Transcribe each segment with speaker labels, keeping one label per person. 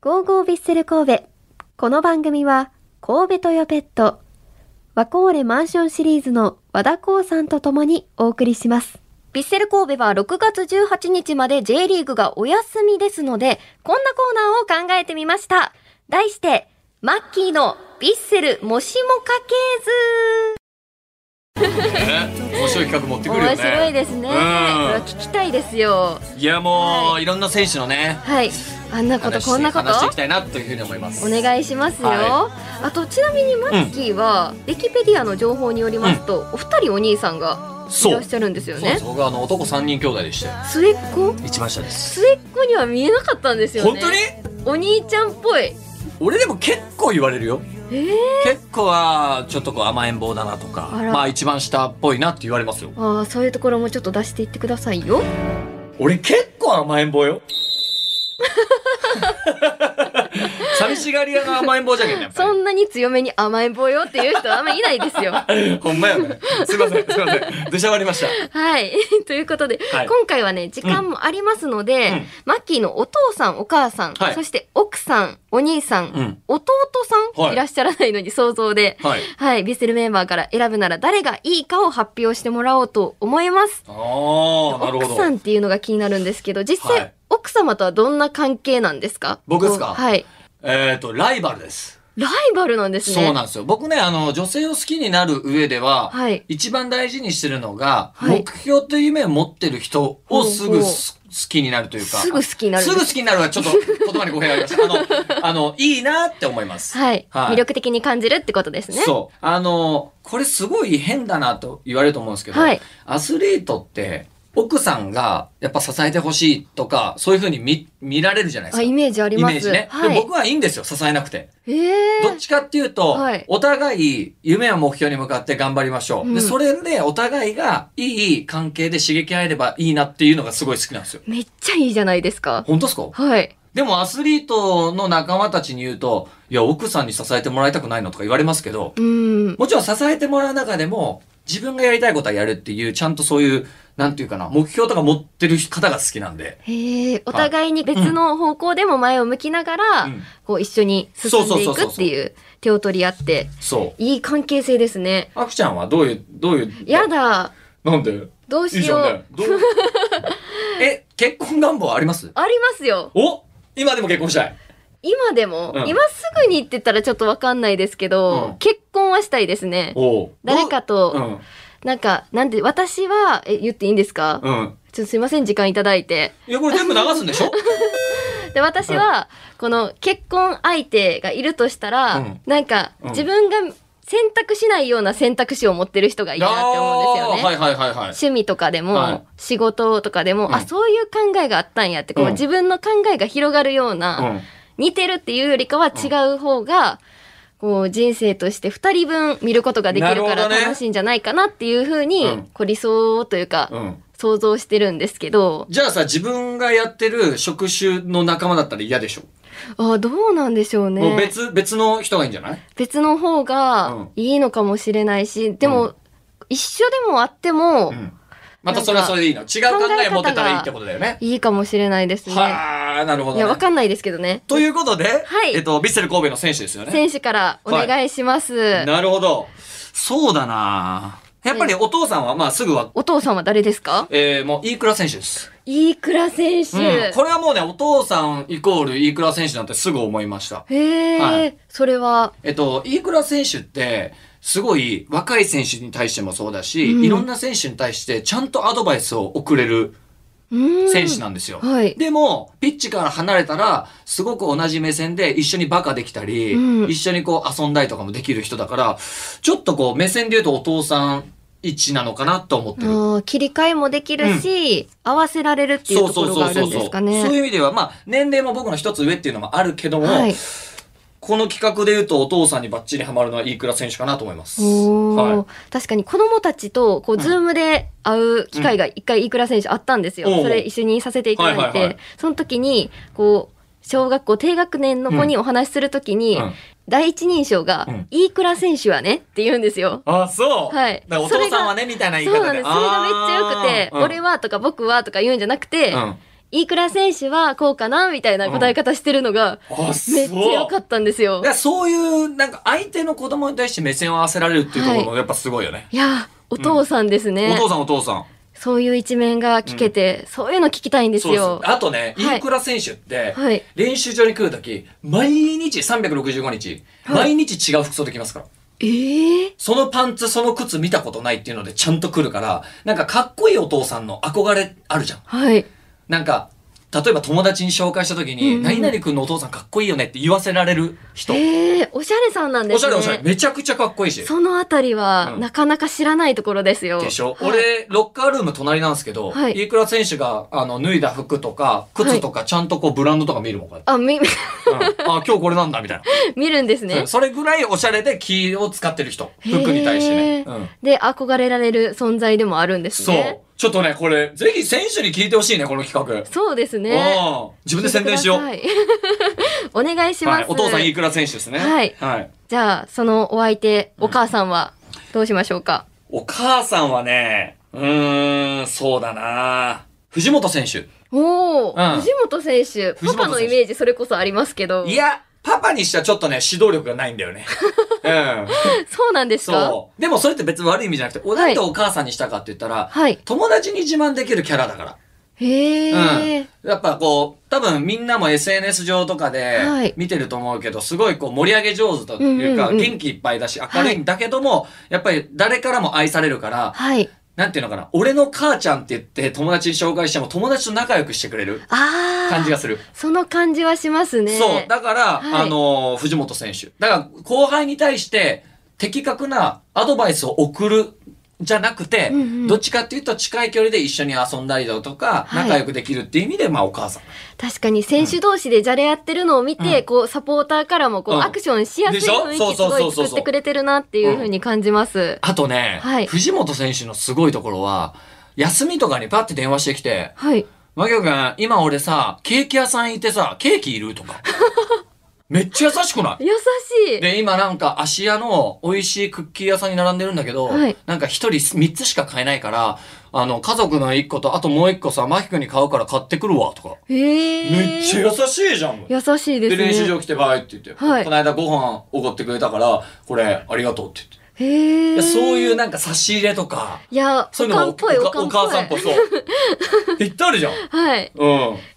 Speaker 1: ゴーゴービッセル神戸。この番組は、神戸トヨペット、ワコーレマンションシリーズの和田光さんと共にお送りします。ビッセル神戸は6月18日まで J リーグがお休みですので、こんなコーナーを考えてみました。題して、マッキーのビッセルもしも家系図。
Speaker 2: ね面白い企画持ってくるよね
Speaker 1: 面白いですね。こ
Speaker 2: うん
Speaker 1: れは聞きたいですよ。
Speaker 2: いやもう、い、ろんな選手のね
Speaker 1: はい。あんなこと、
Speaker 2: 話
Speaker 1: こんなこと
Speaker 2: 話していきたいなというふうに思います
Speaker 1: お願いしますよ、
Speaker 2: は
Speaker 1: あとちなみにマッキーは、ウィキペディアの情報によりますと、お二人お兄さんがい
Speaker 2: そ
Speaker 1: ら
Speaker 2: う
Speaker 1: っしゃるんですよ
Speaker 2: そうで
Speaker 1: ね
Speaker 2: す僕はあの男三人兄弟でして
Speaker 1: 末っ子
Speaker 2: 一番下です
Speaker 1: 末っ子には見えなかったんですよね
Speaker 2: 本当に
Speaker 1: お兄ちゃんっぽい
Speaker 2: 俺でも結構言われるよ
Speaker 1: えー、
Speaker 2: 結構はちょっとこう甘えん坊だなとか
Speaker 1: あら
Speaker 2: まあ一番下っぽいなって言われますよ
Speaker 1: ああそういうところもちょっと出していってくださいよ
Speaker 2: 俺結構甘え ん坊よ寂しがり屋の甘えん坊じゃけんねやっぱり
Speaker 1: そんなに強めに甘えん坊よっていう人はあんまりいないですよ
Speaker 2: ほんまやねすいませんすい ません出しゃばりました
Speaker 1: はい ということで、
Speaker 2: はい
Speaker 1: 今回はね時間もありますので、
Speaker 2: うん
Speaker 1: マッキーのお父さんお母さん、
Speaker 2: はい
Speaker 1: そして奥さんお兄さん、
Speaker 2: うん
Speaker 1: 弟さん、
Speaker 2: はい
Speaker 1: いらっしゃらないのに想像で
Speaker 2: はい
Speaker 1: はい、ビッセルメンバーから選ぶなら誰がいいかを発表してもらおうと思います。
Speaker 2: ああなる
Speaker 1: 奥
Speaker 2: ほど
Speaker 1: さんっていうのが気になるんですけど、実際、
Speaker 2: はい
Speaker 1: 奥様とはどんな関係なんですか
Speaker 2: 僕ですか
Speaker 1: はい。
Speaker 2: えっ、と、ライバルです。
Speaker 1: ライバルなんですね。
Speaker 2: そうなんですよ。僕ね、あの、女性を好きになる上では、
Speaker 1: はい
Speaker 2: 一番大事にしてるのが、
Speaker 1: はい
Speaker 2: 目標という夢を持ってる人をす
Speaker 1: ほうほ
Speaker 2: ぐ
Speaker 1: う
Speaker 2: す好きになるというか。
Speaker 1: すぐ好きになるん
Speaker 2: す
Speaker 1: です
Speaker 2: ぐ好きになるはち ょっと言葉に語弊がありました。あの、あの、いいなって思います。
Speaker 1: はい、
Speaker 2: は
Speaker 1: 魅
Speaker 2: い
Speaker 1: 力的に感じるってことですね。
Speaker 2: そう。あの、これすごい変だなと言われると思うんですけど、
Speaker 1: はい
Speaker 2: アスリートって、奥さんがやっぱ支えてほしいとか、そういうふうに見、見られるじゃないです
Speaker 1: あ、
Speaker 2: か。
Speaker 1: イメージあり
Speaker 2: イ
Speaker 1: ます。
Speaker 2: メージね。
Speaker 1: は
Speaker 2: で
Speaker 1: い
Speaker 2: 僕。はいいんですよ、支えなくて。
Speaker 1: ええ
Speaker 2: どっちかっていうと、
Speaker 1: はい
Speaker 2: お互い夢や目標に向かって頑張りましょう。
Speaker 1: うん
Speaker 2: で、それでお互いがいい関係で刺激合えればいいなっていうのがすごい好きなんですよ。
Speaker 1: めっちゃいいじゃないですか。
Speaker 2: 本当ですか
Speaker 1: はい。
Speaker 2: でもアスリートの仲間たちに言うと、いや、奥さんに支えてもらいたくないのとか言われますけど、
Speaker 1: うん。
Speaker 2: もちろん支えてもらう中でも、自分がやりたいことはやるっていう、ちゃんとそういう、なんていうかな、目標とか持ってる方が好きなんで。
Speaker 1: へえ、お互いに別の方向でも前を向きながら、
Speaker 2: うん
Speaker 1: こう一緒に進んでい
Speaker 2: そうそうそうそ
Speaker 1: く
Speaker 2: う
Speaker 1: っていう手を取り合って、
Speaker 2: そう。
Speaker 1: いい関係性ですね。
Speaker 2: あきちゃんはどういう、どういう。
Speaker 1: やだ。
Speaker 2: なんで
Speaker 1: どう
Speaker 2: いい
Speaker 1: し
Speaker 2: じゃ
Speaker 1: よ
Speaker 2: ん
Speaker 1: う。
Speaker 2: ね。 どうえ、結婚願望あります
Speaker 1: ありますよ。
Speaker 2: お今でも結婚したい。
Speaker 1: 今でも、
Speaker 2: うん
Speaker 1: 今すぐにって言ったらちょっとわかんないですけど、
Speaker 2: うん
Speaker 1: 結婚はしたいですね。
Speaker 2: おう
Speaker 1: 誰か
Speaker 2: う
Speaker 1: と、
Speaker 2: ん。
Speaker 1: なんか、なんで、私は、え、言っていいんですか、
Speaker 2: うん。
Speaker 1: ちょっとすいません、時間いただいて。
Speaker 2: いや、これ全部流すんでし ょ
Speaker 1: で、私は、この結婚相手がいるとしたら、
Speaker 2: うん
Speaker 1: なんか、
Speaker 2: うん
Speaker 1: 自分が選択しないような選択肢を持ってる人がいいなって思うんですよね。
Speaker 2: あーはいはいはいはい。
Speaker 1: 趣味とかでも、
Speaker 2: はい
Speaker 1: 仕事とかでも、
Speaker 2: うん
Speaker 1: あ、そういう考えがあったんやって、こう、
Speaker 2: うん
Speaker 1: 自分の考えが広がるような、
Speaker 2: うん。
Speaker 1: 似てるっていうよりかは違う方が、こう人生として2人分見ることができるか
Speaker 2: なる
Speaker 1: ら
Speaker 2: ほどね
Speaker 1: 楽しいんじゃないかなっていうふうに、
Speaker 2: うん
Speaker 1: こう理想というか、
Speaker 2: うん。
Speaker 1: 想像してるんですけど
Speaker 2: じゃあさ、自分がやってる職種の仲間だったら嫌でしょ、
Speaker 1: あどうなんでしょう
Speaker 2: もう
Speaker 1: ね
Speaker 2: 別、別の人がいいんじゃない
Speaker 1: 別の方
Speaker 2: う
Speaker 1: が
Speaker 2: ん
Speaker 1: いいのかもしれないしでも、
Speaker 2: う
Speaker 1: 一緒でもあっても
Speaker 2: うん。またそれはそれでいいの。違う考えを持ってたらいいってことだよね。
Speaker 1: いいかもしれないですね。
Speaker 2: はあ、なるほ
Speaker 1: い
Speaker 2: ど、ね。
Speaker 1: やわかんないですけどね
Speaker 2: ということで、
Speaker 1: はい
Speaker 2: えっと、ヴィッセル神戸の選手ですよね。
Speaker 1: 選手からお願いします、
Speaker 2: なるほど。そうだなやっぱりお父さんは、まあすぐは、
Speaker 1: お父さんは誰ですか
Speaker 2: えー、もう、飯倉選手です。
Speaker 1: 飯倉選手、
Speaker 2: うん、これはもうね、お父さんイコール飯倉選手なんてすぐ思いました。
Speaker 1: へえ、
Speaker 2: はい
Speaker 1: それは
Speaker 2: えっと、飯倉選手って、すごい若い選手に対してもそうだし、
Speaker 1: うん
Speaker 2: いろんな選手に対してちゃんとアドバイスを送れる
Speaker 1: 選
Speaker 2: 選手なんですよ。
Speaker 1: はい。
Speaker 2: でも、ピッチから離れたら、すごく同じ目線で一緒にバカできたり、
Speaker 1: うん
Speaker 2: 一緒にこう遊んだりとかもできる人だから、ちょっとこう目線で言うとお父さん一致なのかなと思ってる。
Speaker 1: ああ切り替えもできるし、合わせられるっていうところがあるんですかね。
Speaker 2: そういう意味では、まあ、年齢も僕の一つ上っていうのもあるけども、
Speaker 1: はい。
Speaker 2: この企画で言うとお父さんにバッチリハマるのは飯倉選手かなと思います。
Speaker 1: おー
Speaker 2: は
Speaker 1: 確かに子供たちとこう、
Speaker 2: ん
Speaker 1: ズームで会う機会が一回、飯倉選手あったんですよ。
Speaker 2: おうおう
Speaker 1: それ一緒にさせていただいて、
Speaker 2: はいはいはい
Speaker 1: その時に、こう、小学校低学年の子にお話しするとき
Speaker 2: い。
Speaker 1: に、
Speaker 2: うん
Speaker 1: 第一人称が、
Speaker 2: うん
Speaker 1: 飯倉選手はねって言うんですよ。
Speaker 2: あ、そう。
Speaker 1: はい
Speaker 2: だからお父さんはね、みたいな言い
Speaker 1: そう
Speaker 2: 方
Speaker 1: なんで
Speaker 2: で。
Speaker 1: す。それがめっちゃ良くて、俺
Speaker 2: は、
Speaker 1: はとか僕はとか言うんじゃなくて、
Speaker 2: うん
Speaker 1: 飯倉選手はこうかなみたいな答え方してるのが、
Speaker 2: あ、
Speaker 1: めっちゃ良か
Speaker 2: っ
Speaker 1: ったんですよ
Speaker 2: だか。らそういう、なんか相手の子供に対して目線を合わせられるっていうところもやっぱすごいよね。
Speaker 1: いやー、お父さんですね
Speaker 2: お。父さんお父さん。
Speaker 1: そういう一面が聞けて、そういうの聞きたいんです
Speaker 2: そうです
Speaker 1: よ。。
Speaker 2: あとね、
Speaker 1: はい
Speaker 2: 飯倉選手って、
Speaker 1: はい。
Speaker 2: 練習場に来るとき、毎日365日、毎日違う服装できますから。
Speaker 1: ええ
Speaker 2: そのパンツ、その靴見たことないっていうのでちゃんと来るから、なんかかっこいいお父さんの憧れあるじゃん。
Speaker 1: はい。
Speaker 2: なんか、例えば友達に紹介したときに、
Speaker 1: うん
Speaker 2: 何々君のお父さんかっこいいよねって言わせられる人。
Speaker 1: ええおしゃれさんなんで
Speaker 2: おし
Speaker 1: す
Speaker 2: ゃ
Speaker 1: ね。
Speaker 2: れおしゃれ。めちゃくちゃかっこいいし。
Speaker 1: そのあたりは、
Speaker 2: うん
Speaker 1: なかなか知らないところですよ。
Speaker 2: でしょ、
Speaker 1: はい
Speaker 2: 俺、ロッカールーム隣なんですけど、
Speaker 1: はい
Speaker 2: 飯倉選手が、あの、脱いだ服とか、靴とか、ちゃんとこう、ブランドとか見るもん、こうや
Speaker 1: あ、み、
Speaker 2: って。うんあ、今日これなんだ、みたいな。
Speaker 1: 見るんですね
Speaker 2: うん。それぐらいおしゃれで気を使ってる人。服に対して
Speaker 1: へ
Speaker 2: ね。
Speaker 1: ー
Speaker 2: うん
Speaker 1: で、憧れられる存在でもあるんです
Speaker 2: そう
Speaker 1: ね。。
Speaker 2: ちょっとね、これ、ぜひ選手に聞いてほしいね、この企画。
Speaker 1: そう。ですね。
Speaker 2: うん自分で宣伝しよう。
Speaker 1: 聞いてください お願いします。
Speaker 2: はい、お父さん、飯倉選手ですね。
Speaker 1: はい
Speaker 2: はい。
Speaker 1: じゃあ、そのお相手、お母さんは、どうしましょうか、
Speaker 2: お母さんはね、うーん、そうだな藤本選手。
Speaker 1: おお、
Speaker 2: うん
Speaker 1: 藤本選手、
Speaker 2: 藤本選手
Speaker 1: パパのイメージそれこそありますけど。
Speaker 2: いや、パパにしてはちょっとね、指導力がないん だよね。うん。
Speaker 1: そうなんですか
Speaker 2: そう。でもそれって別に悪い意味じゃなくて、おなんでお母さんにしたかって言ったら、
Speaker 1: はい。
Speaker 2: 友達に自慢できるキャラだから。
Speaker 1: へえ、
Speaker 2: うん。やっぱこう、多分みんなも SNS 上とか
Speaker 1: はい
Speaker 2: で見てると思うけど、すごいこう盛り上げ上手というか、
Speaker 1: うんうんうん
Speaker 2: 元気いっぱいだし明るいんだけども、やっぱり誰からも愛されるから、
Speaker 1: はい。
Speaker 2: なんていうのかな、俺の母ちゃんって言って友達に紹介しても友達と仲良くしてくれる
Speaker 1: ああ。
Speaker 2: 感じがする。
Speaker 1: その感じはしますね。
Speaker 2: そう。だから、
Speaker 1: はい
Speaker 2: あのー藤本選手。だから、後輩に対して、的確なアドバイスを送る、じゃなくて、
Speaker 1: うんうん
Speaker 2: どっちかっていうと近い距離で一緒に遊んだりだとか、
Speaker 1: はい
Speaker 2: 仲良くできるっていう意味で、まあお母さん。
Speaker 1: 確かに選手同士でじゃれ合ってるのを見て、こうサポーターからもこう、
Speaker 2: うん
Speaker 1: アクションしやすい
Speaker 2: でしょ
Speaker 1: 雰囲
Speaker 2: そ
Speaker 1: 気
Speaker 2: う
Speaker 1: す
Speaker 2: そう
Speaker 1: ご
Speaker 2: そ
Speaker 1: いう
Speaker 2: そう
Speaker 1: 作ってくれてるなっていうふうに感じます。
Speaker 2: あとね、
Speaker 1: はい
Speaker 2: 藤本選手のすごいところは、休みとかにパッて電話してきて、
Speaker 1: はい。
Speaker 2: マキオ君、今俺さ、ケーキ屋さん行ってさ、ケーキいる とか。めっちゃ優しくない
Speaker 1: 優しい。
Speaker 2: で、今なんか、芦屋の美味しいクッキー屋さんに並んでるんだけど、
Speaker 1: はい
Speaker 2: なんか一人三つしか買えないから、あの、家族の一個と、あともう一個さ、マキ君に買うから買ってくるわ、とか。
Speaker 1: へえ。
Speaker 2: めっちゃ優しいじゃん。で、
Speaker 1: 優しいですね。
Speaker 2: 練習場来てバイって言って、
Speaker 1: はい
Speaker 2: この間ご飯おごってくれたから、これありがとうって言って。
Speaker 1: へ
Speaker 2: い
Speaker 1: え。
Speaker 2: やそういう。なんか差し入れとか、
Speaker 1: いや、
Speaker 2: そう
Speaker 1: お
Speaker 2: いうの
Speaker 1: かん
Speaker 2: も
Speaker 1: っぽい、お
Speaker 2: お
Speaker 1: かん
Speaker 2: お
Speaker 1: っぽい。
Speaker 2: 母さんっぽい、そう。 ぴったりじゃん。うん。
Speaker 1: はい。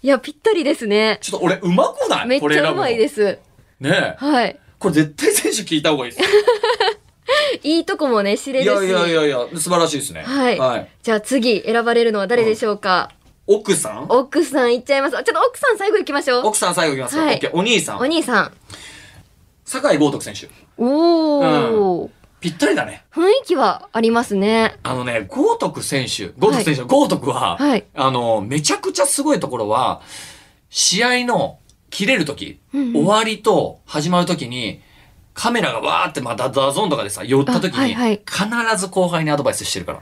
Speaker 1: いや、ぴったりですね。
Speaker 2: ちょっと俺、うまくない。
Speaker 1: めっちゃうまいですす。
Speaker 2: これ選ぶのねえ。
Speaker 1: はい。
Speaker 2: これ絶対選手聞いた方がい いです。
Speaker 1: いいとこもね、知れ
Speaker 2: い
Speaker 1: るし。
Speaker 2: やいやいやいや、素晴らしいですね。
Speaker 1: はい
Speaker 2: はい。
Speaker 1: じゃあ次、選ばれるのは誰でしょうか、
Speaker 2: 奥さん
Speaker 1: 奥さんいっちゃいます。あちょっと奥さん最後行きましょう。
Speaker 2: 奥さん最後いきますよ。
Speaker 1: はい
Speaker 2: オッケーお兄さ
Speaker 1: お
Speaker 2: ん。
Speaker 1: 兄さん。
Speaker 2: 酒井豪徳選手。
Speaker 1: おお、
Speaker 2: ぴったりだね。
Speaker 1: 雰囲気はありますね。
Speaker 2: あのね、豪徳選手、豪徳選手、豪徳は、
Speaker 1: はい
Speaker 2: あの、めちゃくちゃすごいところは、試合の切れる時、
Speaker 1: うんうん
Speaker 2: 終わりと始まる時に、カメラがわーって、まあ、ダダゾーンとかでさ、寄った時
Speaker 1: あはい
Speaker 2: に、
Speaker 1: はい
Speaker 2: 必ず後輩にアドバイスしてるから。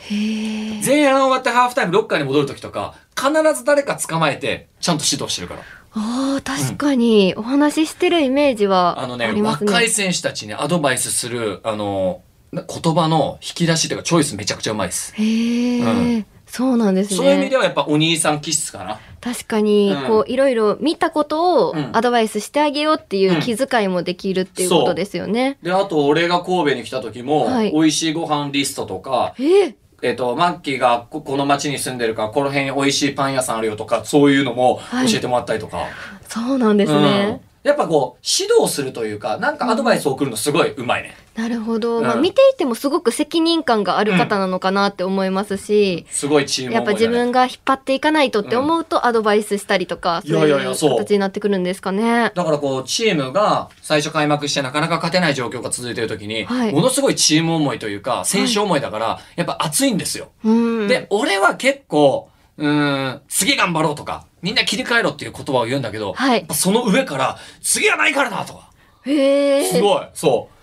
Speaker 1: へえ。
Speaker 2: 前半終わってハーフタイムロッカーに戻る時とか、必ず誰か捕まえて、ちゃんと指導してるから。
Speaker 1: ああ、確かに、お話ししてるイメージは
Speaker 2: あ
Speaker 1: あ
Speaker 2: のね
Speaker 1: りますね。
Speaker 2: 若い選手たちにアドバイスする、あの、な言葉の引き出しというか、チョイスめちゃくちゃうまいです。
Speaker 1: へえ、そうなんですね。
Speaker 2: そういう意味ではやっぱお兄さん気質かな。
Speaker 1: 確かに、
Speaker 2: うん
Speaker 1: こう、いろいろ見たことを
Speaker 2: うん
Speaker 1: アドバイスしてあげようっていううん気遣いもできるっていうことですよね。
Speaker 2: で、あと、俺が神戸に来た時も、
Speaker 1: はい
Speaker 2: 美味しいご飯リストとか、
Speaker 1: ええ
Speaker 2: えっ、と、マッキーがここの町に住んでるから、この辺に美味しいパン屋さんあるよとか、そういうのも
Speaker 1: はい
Speaker 2: 教えてもらったりとか。
Speaker 1: そうなんです
Speaker 2: うん
Speaker 1: ね。。
Speaker 2: やっぱこう、指導するというか、なんかアドバイスを送るのすごいうまいね。
Speaker 1: なるほど。
Speaker 2: うん
Speaker 1: まあ、見ていてもすごく責任感がある方なのかなって思いますし、
Speaker 2: すごいチーム
Speaker 1: やっぱ
Speaker 2: 思い
Speaker 1: 自
Speaker 2: だね。
Speaker 1: 分が引っ張っていかないとって思うとアドバイスしたりとか、
Speaker 2: い
Speaker 1: そ
Speaker 2: や
Speaker 1: う
Speaker 2: い
Speaker 1: い
Speaker 2: やいうやそう
Speaker 1: 形になってくるんですかね。
Speaker 2: だからこう、チームが最初開幕してなかなか勝てない状況が続いている時に、
Speaker 1: はい
Speaker 2: ものすごいチーム思いというか、選手思いだから、やっぱ熱いんですよ。
Speaker 1: うん。
Speaker 2: で、俺は結構、うーん、次頑張ろうとか、みんな切り替えろっていう言葉を言うんだけど、
Speaker 1: はい
Speaker 2: やっぱその上から、次はないからなとか、
Speaker 1: へ
Speaker 2: す
Speaker 1: え。
Speaker 2: ごい、そう。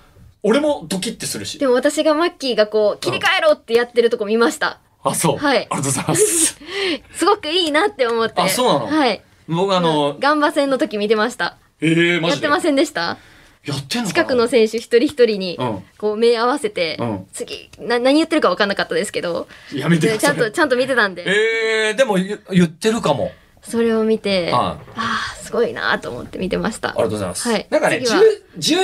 Speaker 2: 俺もドキッてするし。
Speaker 1: でも私がマッキーがこう、切り替えろってやってるとこ見ました。
Speaker 2: あ、そう。
Speaker 1: はい
Speaker 2: ありがとうござい ます。
Speaker 1: すごくいいなって思って。
Speaker 2: あそうなの
Speaker 1: はい。
Speaker 2: 僕あの、
Speaker 1: ガンバ戦の時見てました。
Speaker 2: えー、マ
Speaker 1: や
Speaker 2: ジ
Speaker 1: って
Speaker 2: で。
Speaker 1: ませんでした
Speaker 2: やってんのかな
Speaker 1: 近くの選手一人一人に
Speaker 2: うん、
Speaker 1: こう目合わせて、
Speaker 2: うん
Speaker 1: 次な、何言ってるか分かんなかったですけど、
Speaker 2: やめてくだ
Speaker 1: ちゃ
Speaker 2: さ
Speaker 1: んと、
Speaker 2: い。
Speaker 1: ちゃんと見てたんで、
Speaker 2: えー、でも言言ってるかも。
Speaker 1: それを見て、あ
Speaker 2: はい
Speaker 1: あ、すごいなと思って見てました
Speaker 2: ありが。とうございます。
Speaker 1: はい
Speaker 2: なんかね、
Speaker 1: 次は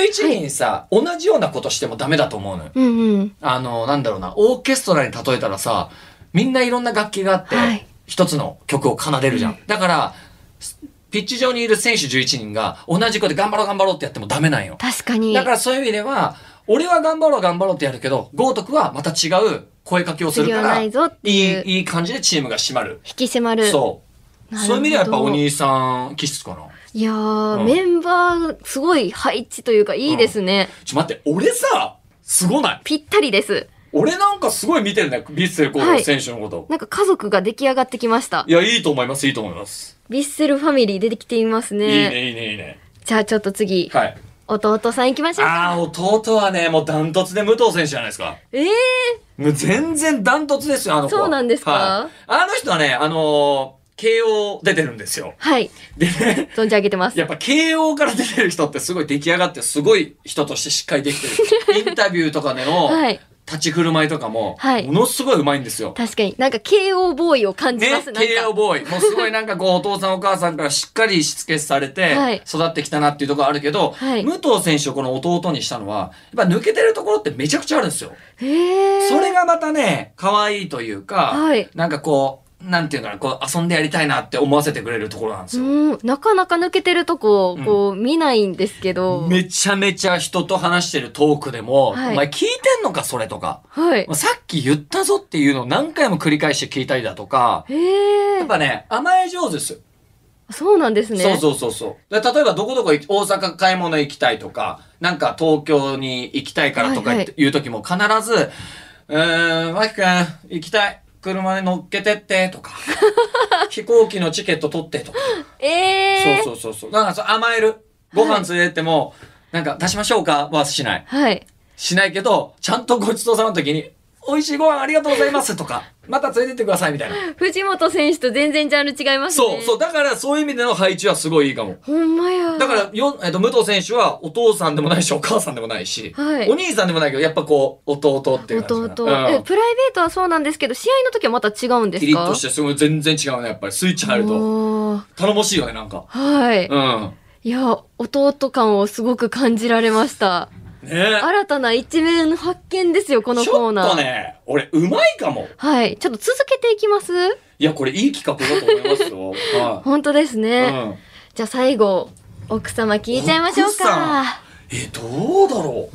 Speaker 2: 10 11人さ、同じようなことしてもダメだと思うのよ。
Speaker 1: うんうん。
Speaker 2: あの、なんだろうな、オーケストラに例えたらさ、みんないろんな楽器があって、
Speaker 1: はい
Speaker 2: 一つの曲を奏でるじゃん。だから、ピッチ上にいる選手11人が同じことで頑張ろう頑張ろうってやってもダメなんよ。
Speaker 1: 確かに。
Speaker 2: だからそういう意味では、俺は頑張ろう頑張ろうってやるけど、豪徳はまた違う声かけをする
Speaker 1: 次
Speaker 2: か
Speaker 1: は
Speaker 2: ら、
Speaker 1: ないいぞっていう
Speaker 2: い、いい感じでチームが締まる。
Speaker 1: 引き締まる。
Speaker 2: そう。
Speaker 1: なるほど
Speaker 2: そういう意味ではやっぱお兄さん気質かな。
Speaker 1: いやー、
Speaker 2: うん
Speaker 1: メンバー、すごい配置というか、いいですね。
Speaker 2: ちょ、待って、俺さ、すごない。
Speaker 1: ぴったりです。
Speaker 2: 俺なんかすごい見てるね、ビッセル神戸選手のこと。
Speaker 1: なんか家族が出来上がってきました
Speaker 2: い、。や、いいと思います、いいと思います。
Speaker 1: ヴィッセルファミリー出てきていますね。
Speaker 2: いいね、いいね、いいね。
Speaker 1: じゃあちょっと次、
Speaker 2: はい。
Speaker 1: 弟さん行きましょう。
Speaker 2: ああ、弟はね、もうダントツで武藤選手じゃないですか。
Speaker 1: ええ
Speaker 2: もう全然ダントツですよ、あの子は
Speaker 1: そうなんですか
Speaker 2: はいあの人はね、あのー慶応出てるんですよ。
Speaker 1: はい。
Speaker 2: で ね、
Speaker 1: 存じ上げてます。
Speaker 2: やっぱ慶応から出てる人ってすごい出来上がって、すごい人としてしっかりで きてる。インタビューとかでの
Speaker 1: はい。
Speaker 2: 立ち振る舞いとかも、
Speaker 1: はい
Speaker 2: ものすごい上手いんですよ。
Speaker 1: 確かに。なんか KO ボーイを感じ
Speaker 2: ね
Speaker 1: ます。、なん
Speaker 2: 慶応
Speaker 1: か。
Speaker 2: ボーイ。もうすごいなんかこう、お父さんお母さんからしっかりしつけされ
Speaker 1: はい
Speaker 2: て、育ってきたなっていうところあるけど、
Speaker 1: はい
Speaker 2: 武藤選手をこの弟にしたのは、やっぱ抜けてるところってめちゃくちゃあるんですよ。
Speaker 1: ええ
Speaker 2: それがまたね、可愛いというか、
Speaker 1: はい
Speaker 2: なんかこう、なんていうのかな、こう遊んでやりたいなって思わせてくれるところなんですよ。
Speaker 1: うん、なかなか抜けてるとこ
Speaker 2: うん、
Speaker 1: こう、見ないんですけど。
Speaker 2: めちゃめちゃ人と話してるトークでも、
Speaker 1: はい
Speaker 2: お前聞いてんのかそれとか。
Speaker 1: はい。
Speaker 2: さっき言ったぞっていうのを何回も繰り返して聞いたりだとか、
Speaker 1: ええ
Speaker 2: やっぱね、甘え上手ですよ。
Speaker 1: そうなんですね。
Speaker 2: そうそうそうそう。で例えばどこどこ行き大阪買い物行きたいとか、なんか東京に行きたいからとか
Speaker 1: はい
Speaker 2: 言
Speaker 1: は
Speaker 2: っ
Speaker 1: い
Speaker 2: ていう時も必ず、うーん、マキ君行きたい。車に乗っけてって とか、飛行機のチケット取ってとか、
Speaker 1: ええ
Speaker 2: そうそうそうそう。だからそう甘える。ご飯連れてっても、なんか出しましょうかはしない。
Speaker 1: はい。
Speaker 2: しないけど、ちゃんとごちそうさまの時に、美味しいご飯ありがとうございますとか、また連れてってくださいみたいな。
Speaker 1: 藤本選手と全然ジャンル違いますね。
Speaker 2: そうそう。
Speaker 1: う。
Speaker 2: だからそういう意味での配置はすごいいいかも。
Speaker 1: ほんまや。
Speaker 2: だから、よ、えっと、武藤選手はお父さんでもないし、お母さんでもないし、
Speaker 1: はい
Speaker 2: お兄さんでもないけど、やっぱこう、弟っていう感じ
Speaker 1: 弟、
Speaker 2: かな。う
Speaker 1: え
Speaker 2: ん
Speaker 1: プライベートはそうなんですけど試合の時はまた違うんですか
Speaker 2: キリッとして、すごい全然違うね、やっぱり。スイッチ入ると。
Speaker 1: おー
Speaker 2: 頼もしいよね、なんか。
Speaker 1: はい、
Speaker 2: うん。
Speaker 1: いや弟感をすごく感じられました
Speaker 2: ね
Speaker 1: 新たな一面発見ですよこの
Speaker 2: ちょ
Speaker 1: コー
Speaker 2: っ
Speaker 1: ナー
Speaker 2: とね、俺、うまいかも。
Speaker 1: はいちょっと続けていきます
Speaker 2: いや、これ、いい企画だと思いま すよ。は
Speaker 1: 本当です
Speaker 2: い。う
Speaker 1: ね、
Speaker 2: ん。
Speaker 1: じゃあ最後奥様聞いちゃいましょう
Speaker 2: 奥さん
Speaker 1: か
Speaker 2: え、どうだろ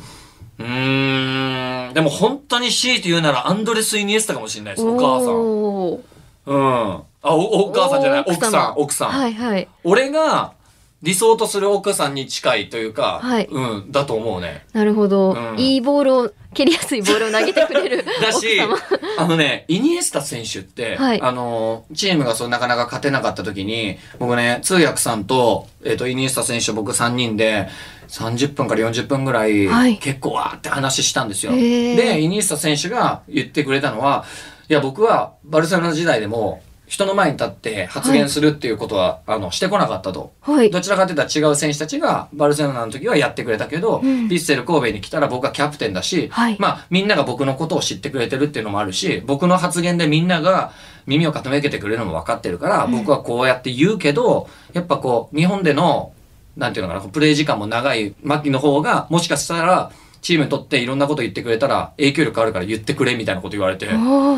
Speaker 2: う。うーん。でも、本当に強いて言うなら、アンドレス・イニエスタかもしれないです、お母さん。うん。
Speaker 1: おー
Speaker 2: あ、お、お母さんじゃない、
Speaker 1: おー
Speaker 2: 奥さん、奥さん。
Speaker 1: はいはい
Speaker 2: 俺が理想とする奥さんに近いというか、
Speaker 1: はい
Speaker 2: うん、だと思 うね。
Speaker 1: なるほど、
Speaker 2: うん
Speaker 1: いいボールを蹴りやすいボールを投げてくれる
Speaker 2: だ
Speaker 1: 奥
Speaker 2: し
Speaker 1: 様、
Speaker 2: あのね、イニエスタ選手って、
Speaker 1: はい
Speaker 2: あの、チームがそうなかなか勝てなかった時に、僕ね、通訳さんと、えっ、と、イニエスタ選手僕3人で、30分から40分ぐらい、
Speaker 1: はい
Speaker 2: 結構わーって話したんですよ。
Speaker 1: へー
Speaker 2: で、イニエスタ選手が言ってくれたのは、いや、僕はバルセロナ時代でも、人の前に立って発言するっていうことは、あの、してこなかったと。
Speaker 1: はい
Speaker 2: どちらかというと違う選手たちがバルセロナの時はやってくれたけど、
Speaker 1: うん
Speaker 2: ヴィッセル神戸に来たら僕はキャプテンだし、
Speaker 1: はい
Speaker 2: まあみんなが僕のことを知ってくれてるっていうのもあるし、僕の発言でみんなが耳を傾けてくれるのも分かってるから、僕はこうやって言うけど、やっぱこう日本での、なんていうのかな、プレイ時間も長い牧の方がもしかしたらチームにとっていろんなこと言ってくれたら影響力あるから言ってくれみたいなこと言われて、
Speaker 1: おー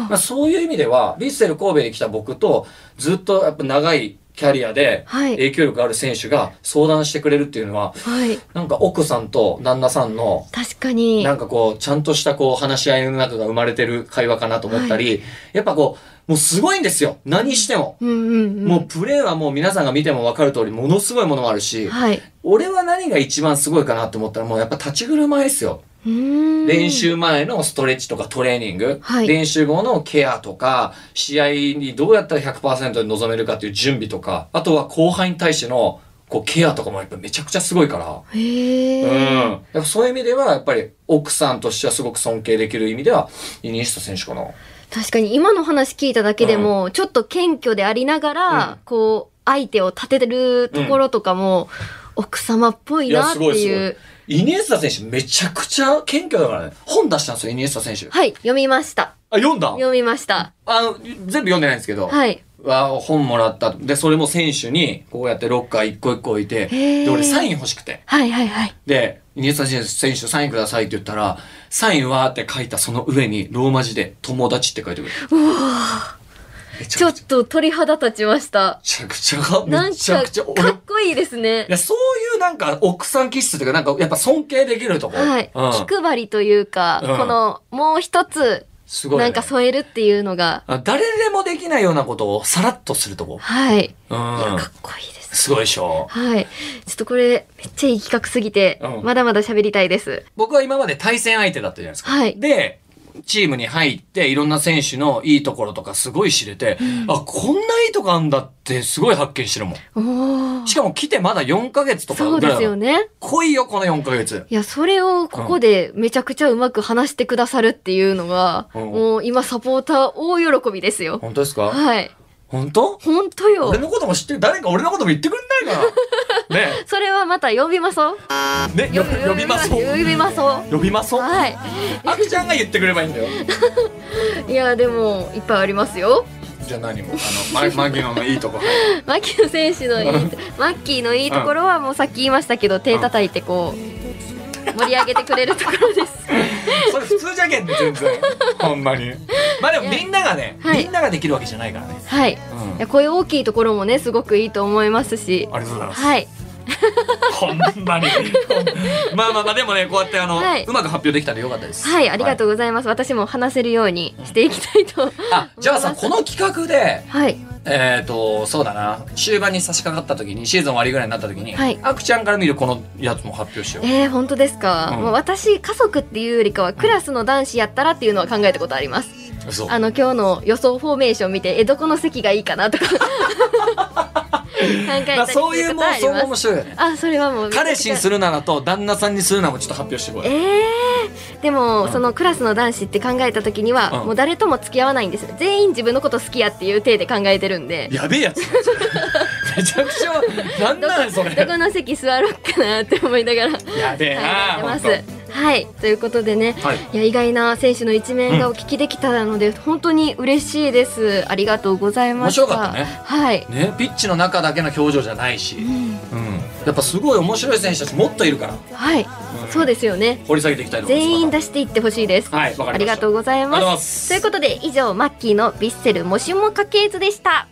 Speaker 2: まあ、そういう意味では、ヴィッセル神戸に来た僕と、ずっとやっぱ長いキャリアで、
Speaker 1: はい
Speaker 2: 影響力ある選手が相談してくれるっていうのは、
Speaker 1: はい
Speaker 2: なんか奥さんと旦那さんの、
Speaker 1: 確かに
Speaker 2: なんかこう、ちゃんとしたこう、話し合いの中が生まれてる会話かなと思ったり、やっぱこう、もうすごいんですよ。何しても。
Speaker 1: うんうんうん
Speaker 2: もうプレーはもう皆さんが見ても分かる通り、ものすごいものもあるし、
Speaker 1: はい
Speaker 2: 俺は何が一番すごいかなと思ったら、もうやっぱ立ち振る舞いですよ。
Speaker 1: 練
Speaker 2: 練習前のストレッチとかトレーニング、
Speaker 1: はい
Speaker 2: 練習後のケアとか、試合にどうやったら100%に臨めるかという準備とか、あとは後輩に対してのこうケアとかもやっぱめちゃくちゃすごいから、
Speaker 1: へ
Speaker 2: うん。
Speaker 1: え、
Speaker 2: やっぱそういう意味では、やっぱり奥さんとしてはすごく尊敬できる意味では、イニエスタ選手かな。
Speaker 1: 確かに今の話聞いただけでも、ちょっと謙虚でありながら、
Speaker 2: うん
Speaker 1: こう相手を立てるところとかも、奥様っぽいなって
Speaker 2: いやすごい
Speaker 1: い
Speaker 2: す
Speaker 1: う
Speaker 2: イニエスタ選手めちゃくちゃ謙虚だからね。本出したんですよ、イニエスタ選手。あ、
Speaker 1: はい読みました
Speaker 2: 読んだ
Speaker 1: 読みました
Speaker 2: あの、全部読んでないんですけど、
Speaker 1: はい
Speaker 2: は本もらった。で、それも選手に、こうやってロッカー一個一個置い
Speaker 1: へ
Speaker 2: て、
Speaker 1: ー
Speaker 2: で、俺サイン欲しくて。
Speaker 1: はいはいはい。
Speaker 2: で、イニエスタ選手サインくださいって言ったら、サインはって書いたその上に、ローマ字で、友達って書いてくれる。めち
Speaker 1: ちょ
Speaker 2: ゃく
Speaker 1: っと鳥肌立ちました。
Speaker 2: ちゃ、めちゃくちゃ、
Speaker 1: なん
Speaker 2: めちゃ
Speaker 1: か、
Speaker 2: くちゃ、
Speaker 1: か
Speaker 2: 俺、い
Speaker 1: っこいいですね。
Speaker 2: や、そういうなんか、奥さん気質というか、なんか、やっぱ尊敬できるとこ。
Speaker 1: はい。
Speaker 2: うん
Speaker 1: 気配りというか、
Speaker 2: うん
Speaker 1: この、もう一つ、
Speaker 2: すごい、ね。
Speaker 1: なんか添えるっていうのが、
Speaker 2: あ誰でもできないようなことをさらっとするとこ。
Speaker 1: はい。い
Speaker 2: う
Speaker 1: や
Speaker 2: ん
Speaker 1: か。っこいいです。
Speaker 2: すごいでしょ。
Speaker 1: はい。ちょっとこれ、めっちゃいい企画すぎて、
Speaker 2: うん
Speaker 1: まだまだ喋りたいです。
Speaker 2: 僕は今まで対戦相手だったじゃないですか。
Speaker 1: はい
Speaker 2: で、チームに入っていろんな選手のいいところとかすごい知れて、あ、こんないいとこあんだってすごい発見してるもん。
Speaker 1: おー
Speaker 2: しかも来てまだ4ヶ月とか
Speaker 1: そう
Speaker 2: ぐ
Speaker 1: で
Speaker 2: らい
Speaker 1: すよね。
Speaker 2: 濃いよ、この4ヶ月。
Speaker 1: いや、それをここでめちゃくちゃうまく話してくださるっていうのが、
Speaker 2: うん
Speaker 1: もう今サポーター大喜びですよ。
Speaker 2: 本当ですか
Speaker 1: はい。
Speaker 2: 本当
Speaker 1: ほんとよ
Speaker 2: 俺。のことも知ってる。誰か俺のことも言ってくんないかな。ね
Speaker 1: それはまた呼びましょう。
Speaker 2: ね、よ呼びましょう。
Speaker 1: 呼びましょ
Speaker 2: 呼びまし
Speaker 1: う。
Speaker 2: ょう。
Speaker 1: はい。
Speaker 2: あきちゃんが言ってくればいいんだよ。
Speaker 1: いや、でも、いっぱいありますよ。
Speaker 2: じゃあ何も、あ の、ママギノのいいとこ。
Speaker 1: マッキーの選手のいい、マッキーのいいところはもうさっき言いましたけど、手叩いてこう、盛り上げてくれるところです。
Speaker 2: それ普通じゃけんね 全然ほんまにまあでもみんながね、
Speaker 1: はい
Speaker 2: みんなができるわけじゃないからね、
Speaker 1: はい。い
Speaker 2: うん、あり
Speaker 1: や、こういう大きいところもね、すごくいいと思いますし。
Speaker 2: がとうございます、
Speaker 1: はい。
Speaker 2: ほん まにまあまあまあでもねこうやってあの、
Speaker 1: はいう
Speaker 2: まく発表できたんでよかったです
Speaker 1: はい、ありがとうございます。私も話せるようにしていきたいと。
Speaker 2: あじゃあさこの企画で
Speaker 1: はい。
Speaker 2: えっ、ー、とそうだな終盤に差し掛かった時にシーズン終わりぐらいになった時に、
Speaker 1: はい
Speaker 2: あくちゃんから見るこのやつも発表しよう
Speaker 1: えー、本当ですか、
Speaker 2: うん
Speaker 1: もう私家族っていうよりかはクラスの男子やったらっていうのは考えたことあります
Speaker 2: そう
Speaker 1: あの今日の予想フォーメーション見てえどこの席がいいかなとか 考えたりする
Speaker 2: まあ、そうい
Speaker 1: こ
Speaker 2: う
Speaker 1: とはあ
Speaker 2: 妄
Speaker 1: り
Speaker 2: 想も
Speaker 1: ま
Speaker 2: 面
Speaker 1: す
Speaker 2: 白いよね
Speaker 1: あそれはもう
Speaker 2: 彼氏にす
Speaker 1: る
Speaker 2: るならと旦那さんにするならもちょっと発表してこい
Speaker 1: えー、でも、
Speaker 2: うん
Speaker 1: そのクラスの男子って考えた時には、
Speaker 2: うん
Speaker 1: もう誰とも付き合わないんですよ全員自分のこと好きやっていう体で考えてるんで
Speaker 2: やべえやつめちゃくちゃなん
Speaker 1: どこ
Speaker 2: なんそれ
Speaker 1: どこの席座ろうかなって思いながら
Speaker 2: やべえな
Speaker 1: 考えてますはいということでね、
Speaker 2: はい
Speaker 1: いや意外な選手の一面がお聞きできたので、本当に嬉しいですありがとうございました
Speaker 2: 面白かったね
Speaker 1: はい、
Speaker 2: ねピッチの中だけの表情じゃないし、うんやっぱすごい面白い選手たちもっといるから
Speaker 1: はい、そうですよね
Speaker 2: 掘り下げていきたいと思います
Speaker 1: 全員
Speaker 2: だ
Speaker 1: 出していってほしいです、
Speaker 2: はいわかりました
Speaker 1: ありがとうござい
Speaker 2: あ
Speaker 1: ま
Speaker 2: りがとうございます
Speaker 1: すということで以上マッキーのヴィッセルもしも家系図でした